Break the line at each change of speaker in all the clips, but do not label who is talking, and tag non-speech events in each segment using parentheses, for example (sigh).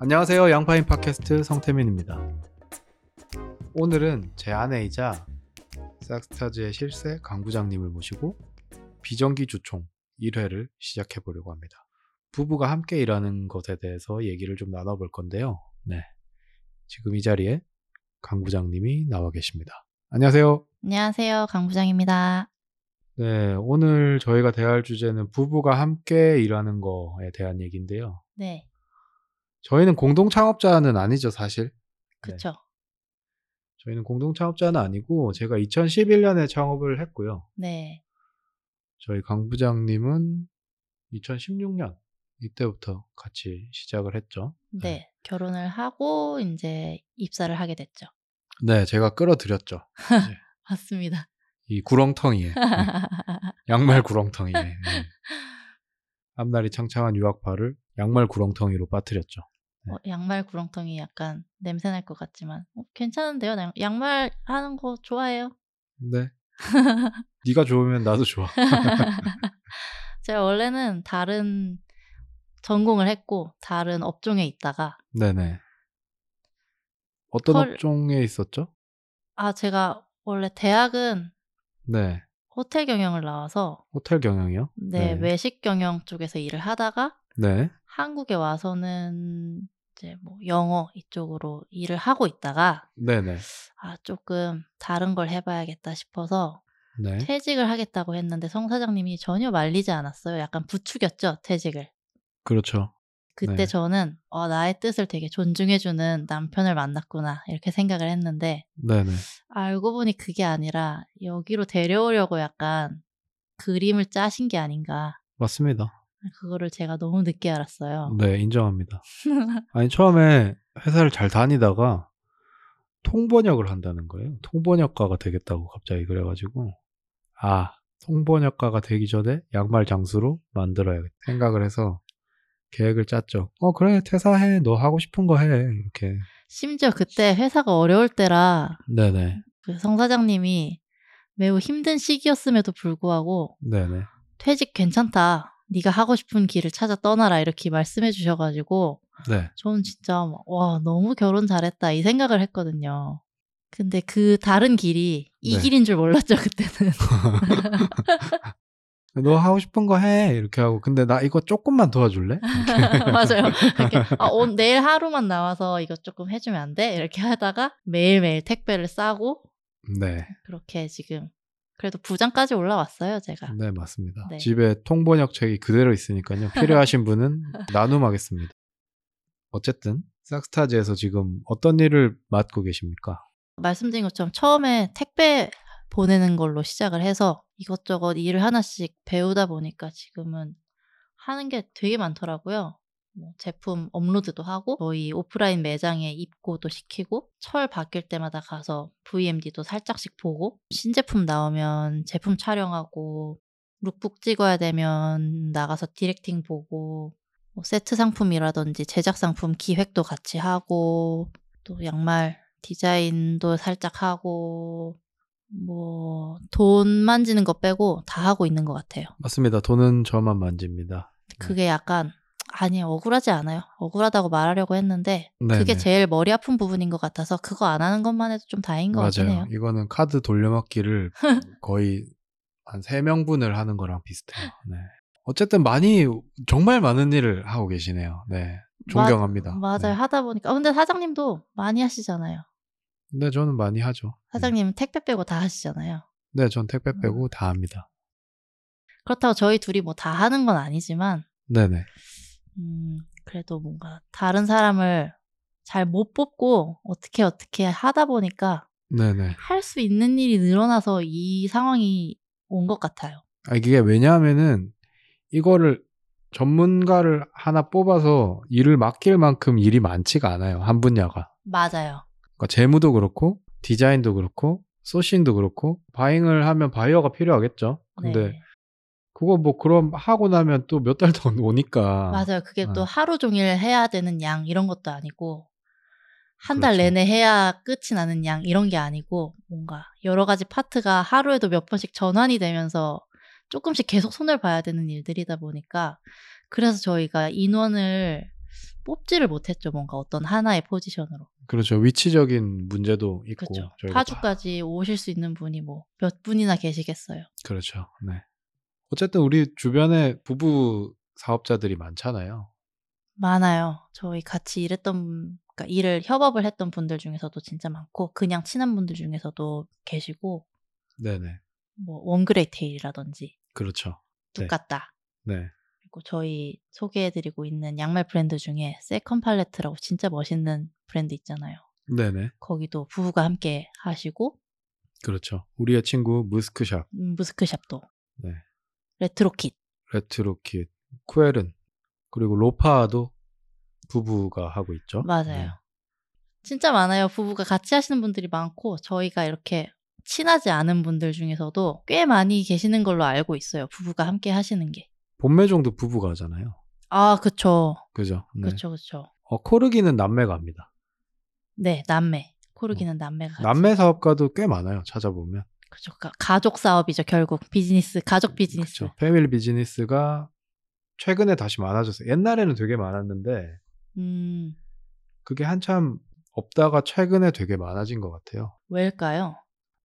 안녕하세요. 양파인 팟캐스트 성태민입니다. 오늘은 제 아내이자 싹스타즈의 실세 강 부장님을 모시고 비정기 주총 1회를 시작해 보려고 합니다. 부부가 함께 일하는 것에 대해서 얘기를 좀 나눠볼 건데요. 네. 지금 이 자리에 강 부장님이 나와 계십니다. 안녕하세요.
안녕하세요, 강 부장입니다.
네. 오늘 저희가 대할 주제는 부부가 함께 일하는 거에 대한 얘기인데요.
네,
저희는 공동 창업자는 아니죠, 사실.
그쵸.
저희는 공동 창업자는 아니고 제가 2011년에 창업을 했고요.
네,
저희 강 부장님은 2016년 이때부터 같이 시작을 했죠.
네,
네.
결혼을 하고 이제 입사를 하게 됐죠. (laughs)
네, 제가 끌어들였죠.
맞습니다.
이 구렁텅이에. 네, 양말 구렁텅이에. 네. 앞날이 창창한 유학파를 양말 구렁텅이로 빠뜨렸죠.
어, 양말 구렁텅이 약간 냄새 날 것 같지만 어, 괜찮은데요. 양, 양말 하는 거 좋아해요.
네. 네가 좋으면 나도 좋아.
제가 원래는 다른 전공을 했고 다른 업종에 있다가
네네. 어떤
헐.
업종에 있었죠?
아 제가 원래 대학은
네.
호텔 경영을 나와서
호텔 경영이요?
네,
네.
외식 경영 쪽에서 일을 하다가
네.
한국에 와서는 이제 뭐 영어 이쪽으로 일을 하고 있다가
네네.
아 조금 다른 걸 해봐야겠다 싶어서
네.
퇴직을 하겠다고 했는데 성 사장님이 전혀 말리지 않았어요. 약간 부추겼죠 퇴직을.
그렇죠.
그때
네.
저는 어, 나의 뜻을 되게 존중해주는 남편을 만났구나 이렇게 생각을 했는데
네네.
알고 보니 그게 아니라 여기로 데려오려고 약간 그림을 짜신 게 아닌가.
맞습니다.
그거를 제가 너무 늦게 알았어요.
네, 인정합니다. 아니, 처음에 회사를 잘 다니다가 통번역을 한다는 거예요. 통번역가가 되겠다고 갑자기 그래가지고, 아, 통번역가가 되기 전에 양말 장수로 만들어야겠다 생각을 해서 계획을 짰죠. 어, 그래, 퇴사해. 너 하고 싶은 거 해. 이렇게.
심지어 그때 회사가 어려울 때라
네네.
그 성사장님이 매우 힘든 시기였음에도 불구하고
네네.
퇴직 괜찮다. 네가 하고 싶은 길을 찾아 떠나라 이렇게 말씀해 주셔가지고
네.
저는 진짜 막, 와 너무 결혼 잘했다 이 생각을 했거든요. 근데 그 다른 길이 이
네.
길인 줄 몰랐죠 그때는. (laughs)
너 하고 싶은 거 해. 이렇게 하고. 근데 나 이거 조금만 도와줄래?
맞아요. 이렇게 아, 오늘 내일 하루만 나와서 이거 조금 해주면 안 돼? 이렇게 하다가 매일매일 택배를 싸고
네.
그렇게 지금 그래도 부장까지 올라왔어요 제가.
네, 맞습니다.
네.
집에 통번역책이 그대로 있으니까요. 필요하신
(laughs)
분은 나눔하겠습니다. 어쨌든 싹스타즈에서 지금 어떤 일을 맡고 계십니까?
말씀드린 것처럼 처음에 택배 보내는 걸로 시작을 해서 이것저것 일을 하나씩 배우다 보니까 지금은 하는 게 되게 많더라고요. 뭐 제품 업로드도 하고 저희 오프라인 매장에 입고도 시키고 철 바뀔 때마다 가서 VMD도 살짝씩 보고 신제품 나오면 제품 촬영하고 룩북 찍어야 되면 나가서 디렉팅 보고 뭐 세트 상품이라든지 제작 상품 기획도 같이 하고 또 양말 디자인도 살짝 하고 뭐 돈 만지는 거 빼고 다 하고 있는 것 같아요.
맞습니다. 돈은 저만 만집니다.
그게 약간 아니 억울하지 않아요. 억울하다고 말하려고 했는데
네네.
그게 제일 머리 아픈 부분인 것 같아서 그거 안 하는 것만 해도 좀 다행인 것 같긴
맞아요.
해요.
이거는 카드
(laughs)
돌려막기를 거의 한 3명분을 하는 거랑 비슷해요. 네. 어쨌든 많이 정말 많은 일을 하고 계시네요. 네. 존경합니다.
맞아요.
네. 음.
하다 보니까 아, 근데 사장님도 많이 하시잖아요.
근데 저는 많이 하죠.
사장님은 음. 택배 빼고 다 하시잖아요.
네, 네, 전 택배 빼고 다 합니다.
그렇다고 저희 둘이 뭐 다 하는 건 아니지만
네네.
음, 그래도 뭔가 다른 사람을 잘 못 뽑고 어떻게 어떻게 하다 보니까
네네.
할 수 있는 일이 늘어나서 이 상황이 온 것 같아요.
아, 이게 왜냐하면은 이거를 전문가를 하나 뽑아서 일을 맡길 만큼 일이 많지가 않아요. 한 분야가.
맞아요.
그러니까 재무도 그렇고 디자인도 그렇고 소싱도 그렇고 바잉을 하면 바이어가 필요하겠죠. 근데
네.
그거 뭐 그럼 하고 나면 또 몇 달 더 오니까
맞아요. 그게
어.
또 하루 종일 해야 되는 양 이런 것도 아니고 한 달
그렇죠.
내내 해야 끝이 나는 양 이런 게 아니고 뭔가 여러 가지 파트가 하루에도 몇 번씩 전환이 되면서 조금씩 계속 손을 봐야 되는 일들이다 보니까 그래서 저희가 인원을 뽑지를 못했죠. 뭔가 어떤 하나의 포지션으로.
그렇죠. 위치적인 문제도 있고.
그렇죠.
저희가 다-
파주까지 오실 수 있는 분이 뭐 몇 분이나 계시겠어요.
그렇죠. 네. 어쨌든 우리 주변에 부부 사업자들이 많잖아요.
많아요. 저희 같이 일했던, 그러니까 일을 협업을 했던 분들 중에서도 진짜 많고, 그냥 친한 분들 중에서도 계시고,
네네.
뭐, 원그레이 테일이라든지,
그렇죠. 네.
똑같다.
네.
그리고 저희 소개해드리고 있는 양말 브랜드 중에 세컨 팔레트라고 진짜 멋있는 브랜드 있잖아요.
네네.
거기도 부부가 함께 하시고,
그렇죠. 우리의 친구 무스크샵,
음, 무스크샵도,
네.
레트로킷,
레트로킷, 쿠엘은 그리고 로파도 부부가 하고 있죠. 네.
맞아요. 진짜 많아요. 부부가 같이 하시는 분들이 많고 저희가 이렇게 친하지 않은 분들 중에서도 꽤 많이 계시는 걸로 알고 있어요. 부부가 함께 하시는 게.
본매종도 부부가 하잖아요.
아, 그쵸.
그죠? 네.
그쵸, 그쵸.
어, 코르기는 남매가 합니다.
네, 남매. 코르기는 남매가. 같이.
남매 사업가도 꽤 많아요. 찾아보면.
그쵸. 가- 가족 사업이죠, 결국. 비즈니스, 가족 비즈니스.
그렇죠. 패밀리 비즈니스가 최근에 다시 많아졌어요. 옛날에는 되게 많았는데
음,
그게 한참 없다가 최근에 되게 많아진 것 같아요.
왜일까요?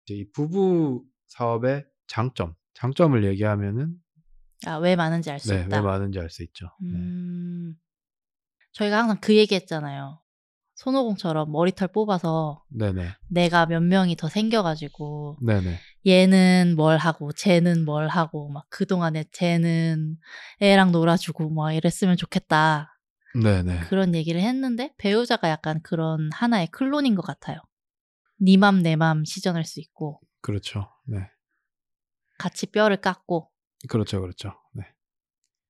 이제 이 부부 사업의 장점, 장점을 얘기하면은
아, 왜 많은지 알 수
네,
있다.
왜 많은지 알 수 있죠. 네.
음, 저희가 항상 그 얘기 했잖아요. 손오공처럼 머리털 뽑아서
네네.
내가 몇 명이 더 생겨가지고
네네.
얘는 뭘 하고 쟤는 뭘 하고 막 그동안에 쟤는 애랑 놀아주고 막 이랬으면 좋겠다
네네.
그런 얘기를 했는데 배우자가 약간 그런 하나의 클론인 것 같아요 네 니맘내맘 시전할 수 있고
그렇죠. 네.
같이 뼈를 깎고
그렇죠. 그렇죠. 네.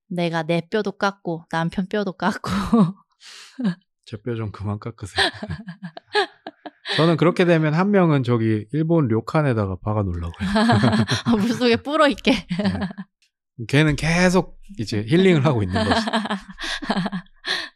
내가 내 뼈도 깎고 남편 뼈도 깎고 (laughs)
제 뼈 좀 그만 깎으세요. (laughs) 네. 저는 그렇게 되면 한 명은 저기 일본 료칸에다가 박아 놓으려고요.
아, 물속에 불어 있게
네. 걔는 계속 이제 힐링을 하고 있는 거죠.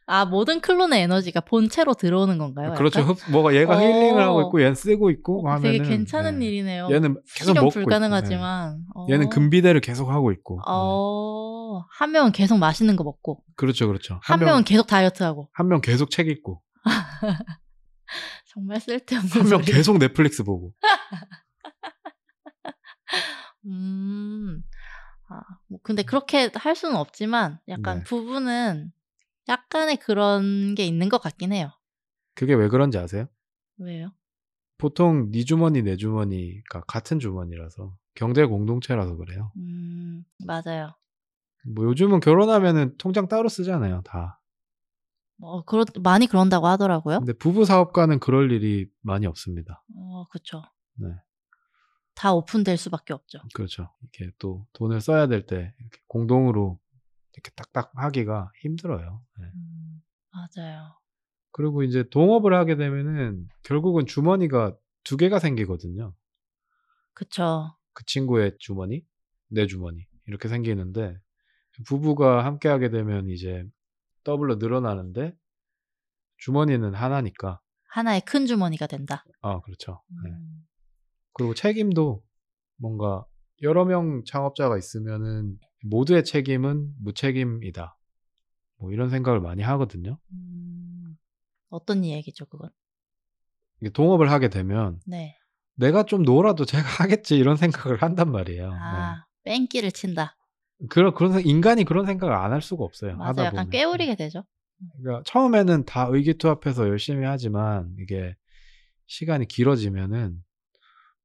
아 모든 클론의 에너지가 본체로 들어오는 건가요?
그렇죠.
약간?
흡- 뭐가 얘가
어.
힐링을 하고 있고 얘는 쓰고 있고 하면
되게 괜찮은 일이네요.
얘는 계속
실현
먹고 있고,
불가능하지만
네. 얘는
어.
금비대를 계속 하고 있고. 네.
어, 한 명은 계속 맛있는 거 먹고,
그렇죠. 그렇죠.
한, 명은 계속 다이어트하고.
한명 계속 책
(laughs)
읽고
정말 쓸데없는
한 명
소리.
계속 넷플릭스 보고.
음. 아, 뭐 근데 그렇게 할 수는 없지만, 약간
네.
부부는 약간의 그런 게 있는 것 같긴 해요.
그게 왜 그런지 아세요?
왜요?
보통 네 주머니 내 주머니가 같은 주머니라서 경제 공동체라서 그래요.
음, 맞아요.
뭐 요즘은 결혼하면은 통장 따로 쓰잖아요, 다.
뭐, 그렇, 많이 그런다고 하더라고요.
근데 부부 사업가는 그럴 일이 많이 없습니다.
어, 그쵸.
네.
다 오픈될 수밖에 없죠.
그렇죠. 이렇게 또 돈을 써야 될 때 이렇게 공동으로 이렇게 딱딱 하기가 힘들어요. 네.
음, 맞아요.
그리고 이제 동업을 하게 되면은 결국은 주머니가 두 개가 생기거든요.
그쵸.
그 친구의 주머니, 내 주머니 이렇게 생기는데 부부가 함께 하게 되면 이제 더블로 늘어나는데 주머니는 하나니까
하나의 큰 주머니가 된다.
아 그렇죠. 네.
음.
그리고 책임도 뭔가 여러 명 창업자가 있으면은 모두의 책임은 무책임이다. 뭐 이런 생각을 많이 하거든요.
음, 어떤 이야기죠, 그건?
이게 동업을 하게 되면
네.
내가 좀 놀아도 (laughs) 제가 하겠지 이런 생각을 한단 말이에요.
아, 뺑기를 친다.
네. 그런 그런 생- 인간이 그런 생각을 안 할 수가 없어요.
맞아,
네, 하다
약간
보면.
깨우리게 되죠.
그러니까 처음에는 다 의기투합해서 열심히 하지만 이게 시간이 길어지면은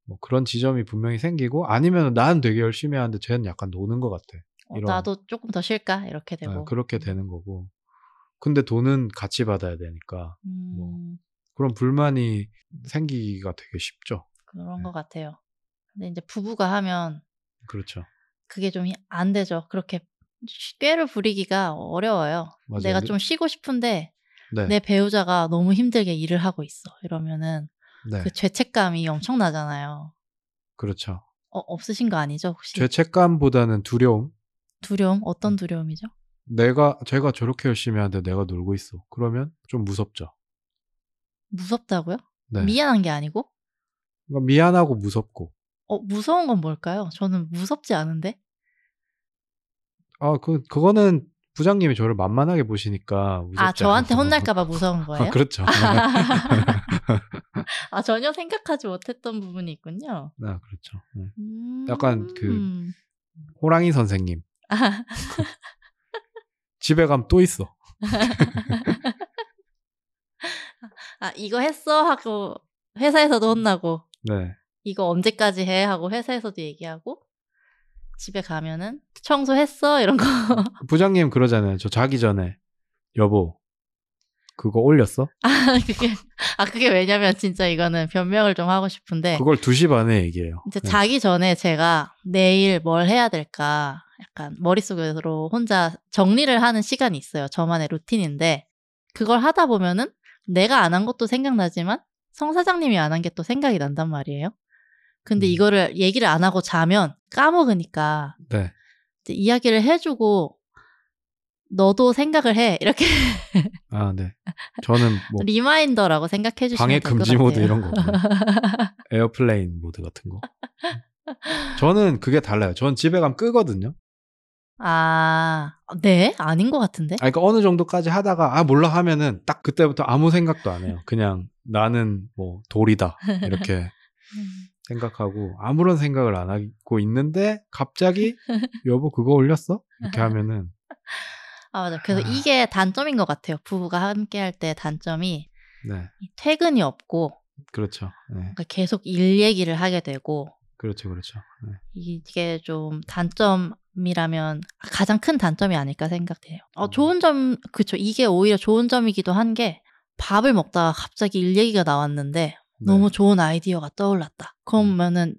뭐 그런 지점이 분명히 생기고 아니면 난 되게 열심히 하는데 쟤는 약간 노는 것 같아.
어,
이런.
나도 조금 더 쉴까? 이렇게 되고.
아, 그렇게 되는 거고. 근데 돈은 같이 받아야 되니까
음,
뭐. 그런 불만이 생기기가 되게 쉽죠.
그런
네.
것 같아요. 근데 이제 부부가 하면
그렇죠.
그게 좀 안 되죠. 그렇게 쉬- 꾀를 부리기가 어려워요.
맞아요.
내가
네.
좀 쉬고 싶은데
네.
내 배우자가 너무 힘들게 일을 하고 있어. 이러면은
네.
그 죄책감이 엄청나잖아요.
그... 렇죠
어, 없으신 거 아니죠? 혹시
죄책감보다는 두려움.
두려움?
음.
어떤 두려움이죠?
내가 제가 저렇게 열심히 하는데 내가 놀고 있어. 그러면 좀 무섭죠.
무섭다고요?
네.
미안한 게 아니고?
그러니까 미안하고 무섭고.
어, 무서운 건 뭘까요? 저는 무섭지 않은데?
아, 그 그거는 부장님이 저를 만만하게 보시니까 무섭지
아, 저한테
않아서.
혼날까봐 무서운
아,
거예요?
(laughs) 그렇죠.
(laughs) 아, 전혀 생각하지 못했던 부분이 있군요.
아, 그렇죠. 네.
음.
약간 그- 호랑이
(laughs)
선생님. 집에 가면 또 있어.
아, 이거 했어? 하고, 회사에서도
음.
혼나고,
네.
이거 언제까지 해? 하고, 회사에서도 얘기하고, 집에 가면은, 청소했어? 이런 거. (laughs)
부장님 그러잖아요. 저 자기 전에 여보 그거 올렸어?
아, 그게, 아, 그게 왜냐면 진짜 이거는 변명을 좀 하고 싶은데,
그걸 2시 반에 얘기해요.
네. 이제
네.
자기 전에 제가 내일 뭘 해야 될까 약간 머릿속으로 혼자 정리를 하는 시간이 있어요. 저만의 루틴인데 그걸 하다 보면은 내가 안 한 것도 생각나지만 성 사장님이 안 한 게 또 생각이 난단 말이에요. 근데
음.
이거를 얘기를 안 하고 자면 까먹으니까
네.
이제 이야기를 해주고 너도 생각을 해 이렇게
아,
(laughs)
네. 저는 뭐
리마인더라고 생각해 주시면
방해
될것
금지
같아요.
모드 이런 거. 없나요?
(laughs)
에어플레인 모드 같은 거. 네. 저는 그게 달라요. 전 집에 가면 끄거든요.
아, 네 아닌 것 같은데.
아, 그러니까 어느 정도까지 하다가 아 몰라 하면은 딱 그때부터 아무 생각도 안 해요. 그냥 나는 뭐 돌이다 이렇게
(laughs) 음.
생각하고 아무런 생각을 안 하고 있는데 갑자기 여보 그거 올렸어? 이렇게 하면은
아, 맞아. 그래서
아.
이게 단점인 것 같아요. 부부가 함께 할 때 단점이
네
이 퇴근이 없고
그렇죠. 네,
그러니까 계속 일 얘기를 하게 되고
그렇죠 그렇죠. 네.
이게 좀 단점이라면 가장 큰 단점이 아닐까 생각돼요. 어,
음.
좋은 점, 그쵸. 이게 오히려 좋은 점이기도 한 게 밥을 먹다가 갑자기 일 얘기가
네.
나왔는데 너무 좋은 아이디어가 떠올랐다. 그러면은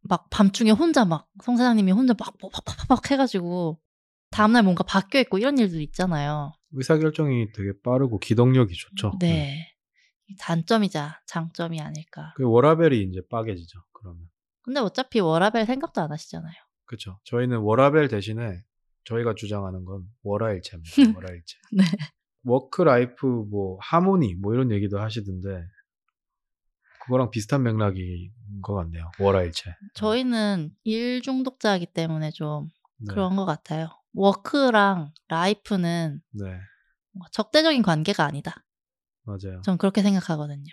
막 밤중에 혼자 막 성 사장님이 혼자 막뭐 팍팍팍팍 해가지고 다음날 뭔가 바뀌어 있고 이런 일도 있잖아요.
의사결정이 되게 빠르고 기동력이 좋죠.
네. 단점이자 장점이 아닐까.
그 워라벨이 이제 빠개지죠. 그러면
근데 어차피 워라벨 생각도 안 하시잖아요.
그렇죠. 저희는 워라벨 대신에 저희가 주장하는 건
(laughs)
워라일체입니다. 워라일체.
네.
워크라이프 뭐 하모니 뭐 이런 얘기도 하시던데 그거랑 비슷한 맥락인 것 같네요. 워라일체.
저희는 일 중독자이기 때문에 좀
네.
그런 것 같아요. 워크랑 라이프는
네
뭔가 적대적인 관계가 아니다.
맞아요.
전 그렇게 생각하거든요.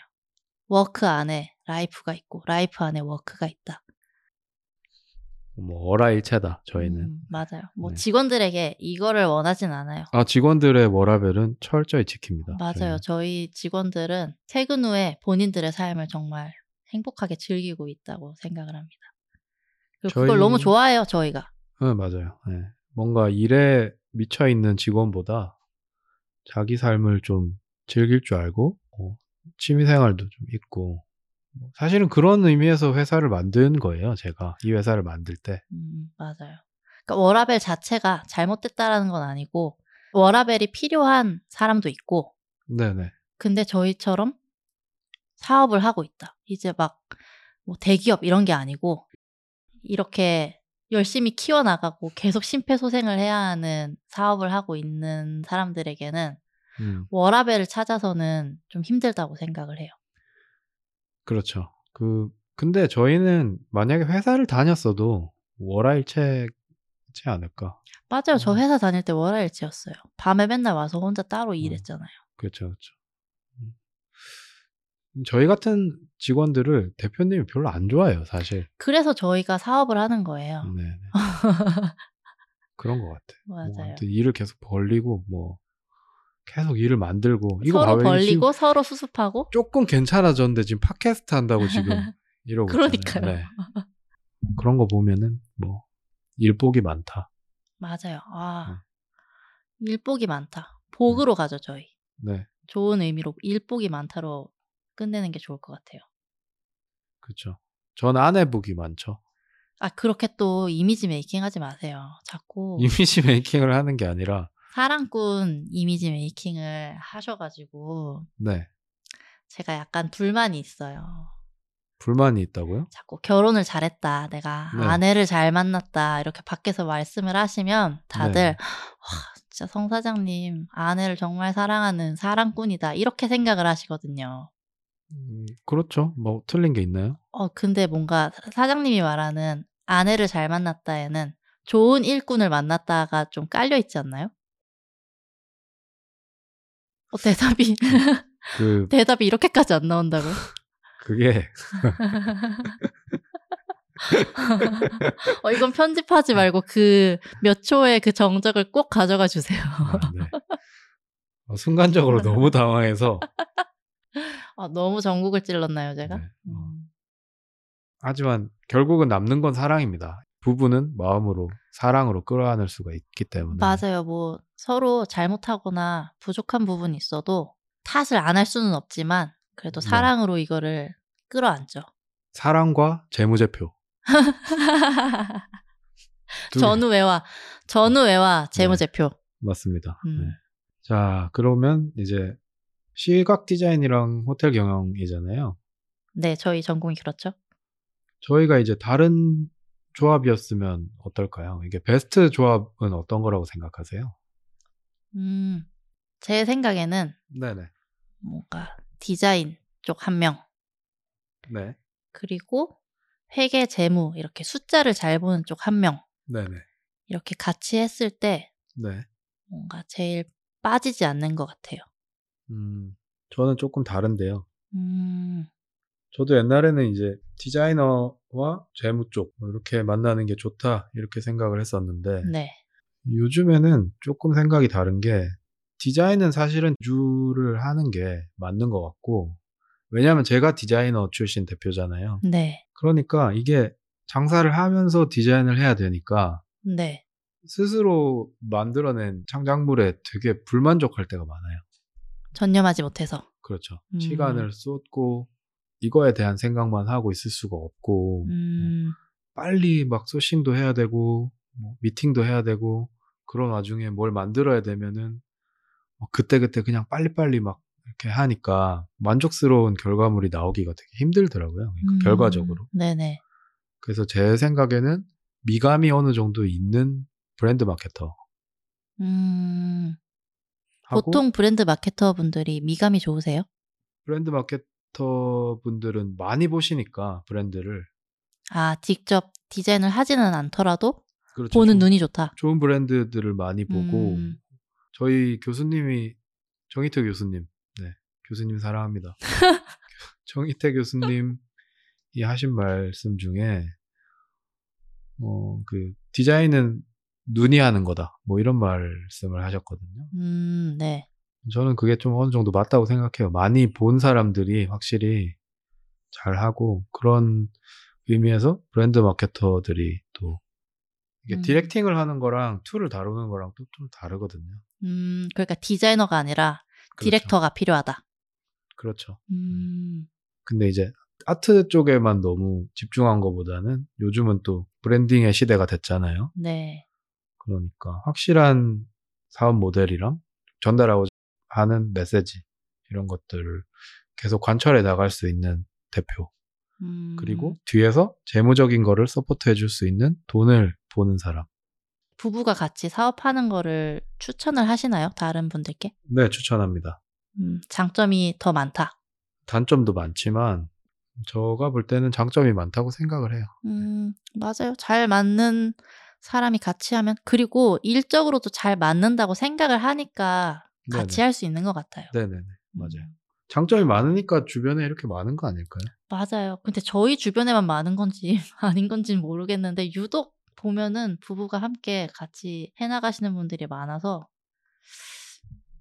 워크 안에 라이프가 있고 라이프 안에 워크가 있다.
뭐 워라일체다 저희는.
음, 맞아요. 뭐
네.
직원들에게 이거를 원하진 않아요.
아 직원들의 워라벨은 철저히 지킵니다.
맞아요. 저희 직원들은 퇴근 후에 본인들의 삶을 정말 행복하게 즐기고 있다고 생각을 합니다. 그리고 그걸
저희-
너무 좋아해요, 저희가.
저희는. 네, 맞아요. 네. 뭔가 일에 미쳐 있는 직원보다 자기 삶을 좀 즐길 줄 알고 어, 취미생활도 좀 있고 뭐 사실은 그런 의미에서 회사를 만든 거예요. 제가 이 회사를 만들 때.
음, 맞아요. 그러니까 워라벨 자체가 잘못됐다라는 건 아니고 워라벨이 필요한 사람도 있고
네네.
근데 저희처럼 사업을 하고 있다. 이제 막 뭐 대기업 이런 게 아니고 이렇게 열심히 키워나가고 계속 심폐소생을 해야 하는 사업을 하고 있는 사람들에게는
음,
워라벨을 찾아서는 좀 힘들다고 생각을 해요.
그렇죠. 그 근데 저희는 만약에 회사를 다녔어도 워라일체지 않을까.
맞아요. 저
음.
회사 다닐 때 월화일치였어요. 밤에 맨날 와서 혼자 따로 일했잖아요.
그렇죠, 그렇죠. 음. 저희 같은 직원들을 대표님이 별로 안 좋아해요, 사실.
그래서 저희가 사업을 하는 거예요.
네, 네.
(laughs)
그런 것 같아. 뭐
어. 맞아요.
아무튼 일을 계속 벌리고 뭐 계속 일을 만들고 이거
서로
봐요. 이거 지금
벌리고 서로 수습하고
조금 괜찮아졌는데 지금 팟캐스트 한다고 지금
(laughs)
이러고 있잖아요.
그러니까요.
네. 그런 거 보면은 뭐 일복이 많다.
맞아요. 아
어.
일복이 많다.
음.
복으로 가죠 저희.
네,
좋은 의미로 일복이 많다로 끝내는 게 좋을 것 같아요.
그렇죠. 전 아내복이 많죠.
아 그렇게 또 이미지 메이킹하지 마세요. 자꾸
이미지 메이킹을 하는 게 아니라
사랑꾼 이미지 메이킹을 하셔가지고
네
제가 약간 불만이 있어요.
불만이 있다고요?
자꾸 결혼을 잘했다, 내가
네.
아내를 잘 만났다 이렇게 밖에서 말씀을 하시면 다들
네.
와 진짜 성 사장님 아내를 정말 사랑하는 사랑꾼이다 이렇게 생각을 하시거든요.
음, 그렇죠. 뭐 틀린 게 있나요?
어 근데 뭔가 사- 사장님이 말하는 아내를 잘 만났다에는 좋은 일꾼을 만났다가 좀 깔려 있지 않나요? 어, 대답이
그
(laughs) 대답이 이렇게까지 안 나온다고. (laughs)
그게
어, 이건
네.
편집하지 말고 그 몇 초의 그 정적을 꼭 가져가 주세요.
아, 네. 어, 순간적으로 너무 당황해서
아, 너무 전국을 찔렀나요, 제가?
네, 어.
음.
하지만 결국은 남는 건 사랑입니다. 부부는 마음으로 사랑으로 끌어안을 수가 있기 때문에
맞아요. 뭐 서로 잘못하거나 부족한 부분이 있어도 탓을 안 할 수는 없지만 그래도
네.
사랑으로 이거를 끌어안죠.
사랑과
(laughs)
재무제표 두 개. 어, 네.
전우애와 전우애와 재무제표.
맞습니다.
음.
네. 자 그러면 이제 시각 디자인이랑 호텔 경영이잖아요.
네, 저희 전공이 그렇죠.
저희가 이제 다른 조합이었으면 어떨까요? 이게 베스트 조합은 어떤 거라고 생각하세요?
음, 제 생각에는
네네.
뭔가 디자인 쪽 한 명,
네.
그리고 회계 재무 이렇게 숫자를 잘 보는 쪽 한 명,
네네.
이렇게 같이 했을 때
네.
뭔가 제일 빠지지 않는 것 같아요.
음, 저는 조금 다른데요.
음,
저도 옛날에는 이제 디자이너와 재무 쪽뭐 이렇게 만나는 게 좋다 이렇게 생각을 했었는데
네.
요즘에는 조금 생각이 다른 게 디자인은 사실은 주를 하는 게 맞는 것 같고 왜냐하면 제가 디자이너 출신 대표잖아요.
네.
그러니까 이게 장사를 하면서 디자인을 해야 되니까
네.
스스로 만들어낸 창작물에 되게 불만족할 때가 많아요.
전념하지 못해서.
그렇죠.
음.
시간을 쏟고 이거에 대한 생각만 하고 있을 수가 없고
음,
빨리 막 소싱도 해야 되고 뭐 미팅도 해야 되고 그런 와중에 뭘 만들어야 되면은 뭐 그때그때 그냥 빨리빨리 막 이렇게 하니까 만족스러운 결과물이 나오기가 되게 힘들더라고요. 그러니까
음.
결과적으로.
네네.
그래서 제 생각에는 미감이 어느 정도 있는 브랜드 마케터
음,
하고
보통 브랜드 마케터 분들이 미감이 좋으세요?
브랜드 마케터 분들은 많이 보시니까 브랜드를
아, 직접 디자인을 하지는 않더라도
그렇죠.
보는
좋은-
눈이 좋다.
좋은 브랜드들을 많이 보고
음.
저희 교수님이 정희태 교수님, 네 교수님 사랑합니다. 정희태 교수님이 하신 말씀 중에 어 그 디자인은 눈이 하는 거다 뭐 이런 말씀을 하셨거든요.
음, 네.
저는 그게 좀 어느 정도 맞다고 생각해요. 많이 본 사람들이 확실히 잘하고 그런 의미에서 브랜드 마케터들이 또 이게
음.
디렉팅을 하는 거랑 툴을 다루는 거랑 또 좀 다르거든요.
음, 그러니까 디자이너가 아니라
그렇죠.
디렉터가 필요하다.
그렇죠.
음,
근데 이제 아트 쪽에만 너무 집중한 것보다는 요즘은 또 브랜딩의 시대가 됐잖아요.
네.
그러니까 확실한 사업 모델이랑 전달하고자 하는 메시지 이런 것들을 계속 관철해 나갈 수 있는 대표
음,
그리고 뒤에서 재무적인 거를 서포트해 줄 수 있는 돈을 보는 사람.
부부가 같이 사업하는 거를 추천을 하시나요? 다른 분들께?
네, 추천합니다.
음, 장점이 더 많다.
단점도 많지만 제가 볼 때는 장점이 많다고 생각을 해요.
음, 맞아요. 잘 맞는 사람이 같이 하면 그리고 일적으로도 잘 맞는다고 생각을 하니까 같이 할 수 있는 것 같아요.
네네. 네네. 맞아요.
음,
장점이 많으니까 주변에 이렇게 많은 거 아닐까요?
맞아요. 근데 저희 주변에만 많은 건지 (laughs) 아닌 건지는 모르겠는데 유독 보면은 부부가 함께 같이 해나가시는 분들이 많아서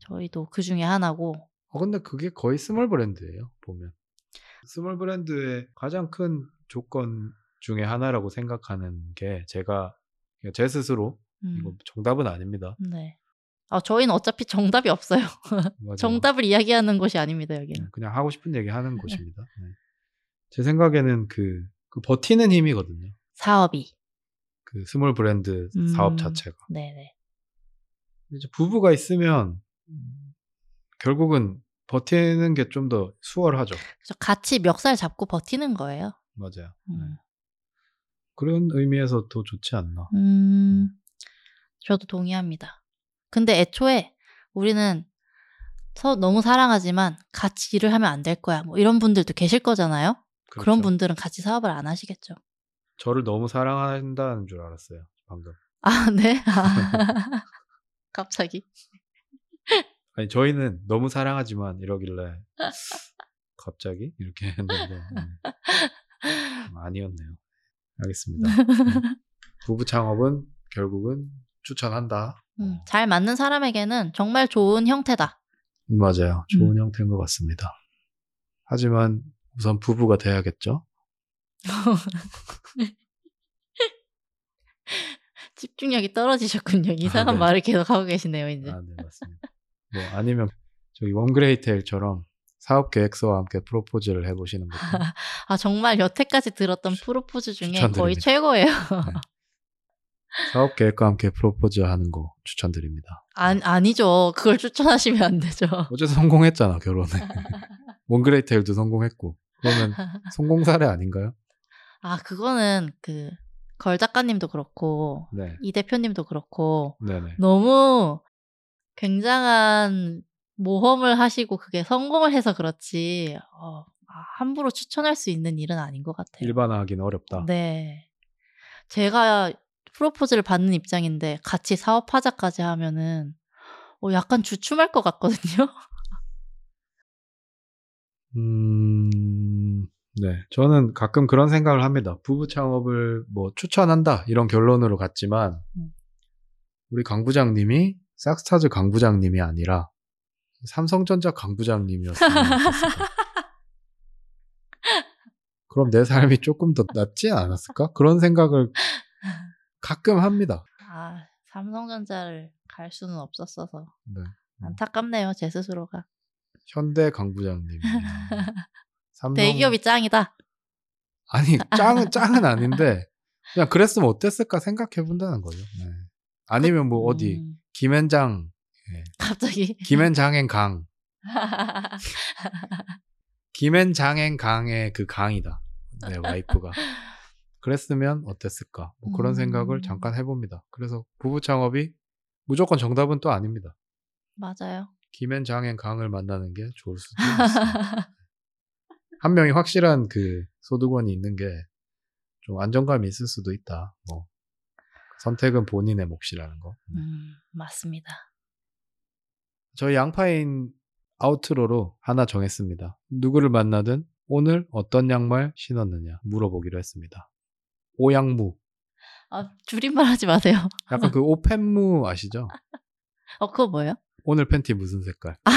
저희도 그 중에 하나고
어, 근데 그게 거의 스몰 브랜드예요. 보면 스몰 브랜드의 가장 큰 조건 중에 하나라고 생각하는 게 제가 제 스스로
음,
이거 정답은 아닙니다.
네. 아, 저희는 어차피 정답이 없어요. (laughs)
맞아요. 네.
정답을 이야기하는 곳이 아닙니다, 여기는.
음, 그냥 하고 싶은 얘기 하는 곳입니다. 네. 제 생각에는 그, 그 버티는 힘이거든요.
사업이.
그 스몰 브랜드
음.
사업 자체가.
네네.
이제 부부가 있으면 음, 결국은 버티는 게 좀 더 수월하죠.
그래서 같이 멱살 잡고 버티는 거예요.
맞아요. 네.
음.
그런 의미에서 더 좋지 않나.
음, 저도 동의합니다. 근데 애초에 우리는 서 너무 사랑하지만 같이 일을 하면 안 될 거야. 뭐 이런 분들도 계실 거잖아요. 그런
그렇죠.
분들은 같이 사업을 안 하시겠죠.
저를 너무 사랑한다는 줄
(laughs)
알았어요. 방금. (laughs)
아, 네. 아, 갑자기.
아니 저희는 너무 사랑하지만 이러길래 갑자기 이렇게 (laughs) 했는데 음, 아니었네요. 알겠습니다.
(laughs)
음. 부부 창업은 결국은 추천한다.
음,
어,
잘 맞는 사람에게는 정말 좋은 형태다.
맞아요. 좋은
음.
형태인 것 같습니다. 하지만 우선 부부가 돼야겠죠.
집중력이 떨어지셨군요. 이상한
네.
말을 계속 하고 계시네요, 이제.
아, 네, 맞습니다. 뭐 아니면 저기 원그레이테일처럼 사업 계획서와 함께 프로포즈를 해보시는 것도
(laughs) 아, 정말 여태까지 들었던 프로포즈 중에 거의
추천드립니다.
최고예요.
사업 계획과 함께 프로포즈 하는 거 추천드립니다.
안, 아니죠. 그걸 추천하시면 안 되죠.
어제 성공했잖아, (laughs) 결혼에. 원그레이테일도 성공했고. 그러면 성공 사례 아닌가요?
아, 그거는 그, 걸 작가님도 그렇고,
네.
이 대표님도 그렇고,
네네.
너무 굉장한 모험을 하시고 그게 성공을 해서 그렇지, 어, 아, 함부로 추천할 수 있는 일은 아닌 것 같아요.
일반화하긴 어렵다.
네. 제가 프로포즈를 받는 입장인데 같이 사업하자까지 하면은 어, 약간 주춤할 것 같거든요. (laughs)
음, 네. 저는 가끔 그런 생각을 합니다. 부부 창업을 뭐 추천한다, 이런 결론으로 갔지만,
음.
우리 강 부장님이 싹스타즈 강 부장님이 아니라 삼성전자 강 부장님이었으면
(laughs)
어땠을까? 그럼 내 삶이 조금 더 낫지 않았을까? 그런 생각을 가끔 합니다.
아, 삼성전자를 갈 수는 없었어서
네.
안타깝네요, 제 스스로가.
현대 강 부장님. 삼성...
대기업이 짱이다. (laughs)
아니 짱은 짱은 아닌데 그냥 그랬으면 어땠을까 생각해 본다는 거죠. 네. 아니면 뭐 어디
음,
김앤장
갑자기. (laughs)
김앤장엔 강 김앤장엔 강의 그 강이다. 내 와이프가 그랬으면 어땠을까 뭐 그런
음.
생각을 잠깐 해봅니다. 그래서 부부 창업이 무조건 정답은 또 아닙니다.
맞아요.
김앤장엔 강을 만나는 게 좋을 수도 있습니다. 한 명이 확실한 그 소득원이 있는 게 좀 안정감이 있을 수도 있다. 뭐 선택은 본인의 몫이라는 거. 음.
음, 맞습니다.
저희 양파인 아우트로로 하나 정했습니다. 누구를 만나든 오늘 어떤 양말 신었느냐 물어보기로 했습니다. 오양무.
아, 줄임말 하지 마세요. (laughs)
약간 그 오펜무 아시죠?
어, 그거 뭐예요? (laughs)
오늘 팬티 무슨 색깔? 네,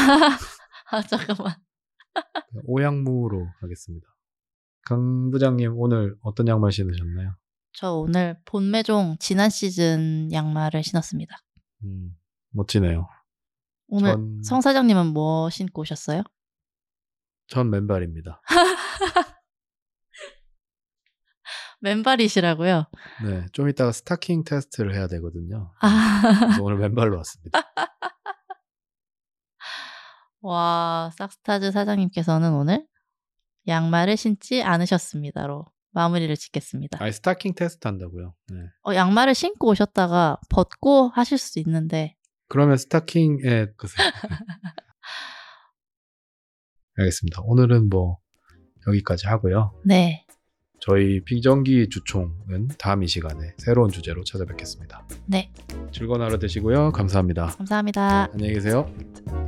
아, 잠깐만.
오양무로 하겠습니다. 강 부장님 오늘 어떤 양말 신으셨나요?
저 오늘 본매종 지난 시즌 양말을 신었습니다.
음, 멋지네요.
오늘
전,
성 사장님은 뭐 신고 오셨어요?
전 맨발입니다.
맨발이시라고요?
네, 좀 이따가 스타킹 테스트를 해야 되거든요.
아, (laughs)
그래서 오늘 맨발로 왔습니다.
와, 싹스타즈 사장님께서는 오늘 양말을 신지 않으셨습니다로 마무리를 짓겠습니다.
아, 스타킹 테스트 한다고요. 네.
어, 양말을 신고 오셨다가 벗고 하실 수도 있는데
그러면 스타킹에 그 (laughs) 알겠습니다. 오늘은 뭐 여기까지 하고요.
네,
저희 비정기 주총은 다음 이 시간에 새로운 주제로 찾아뵙겠습니다.
네,
즐거운 하루 되시고요. 감사합니다.
감사합니다.
안녕히 계세요.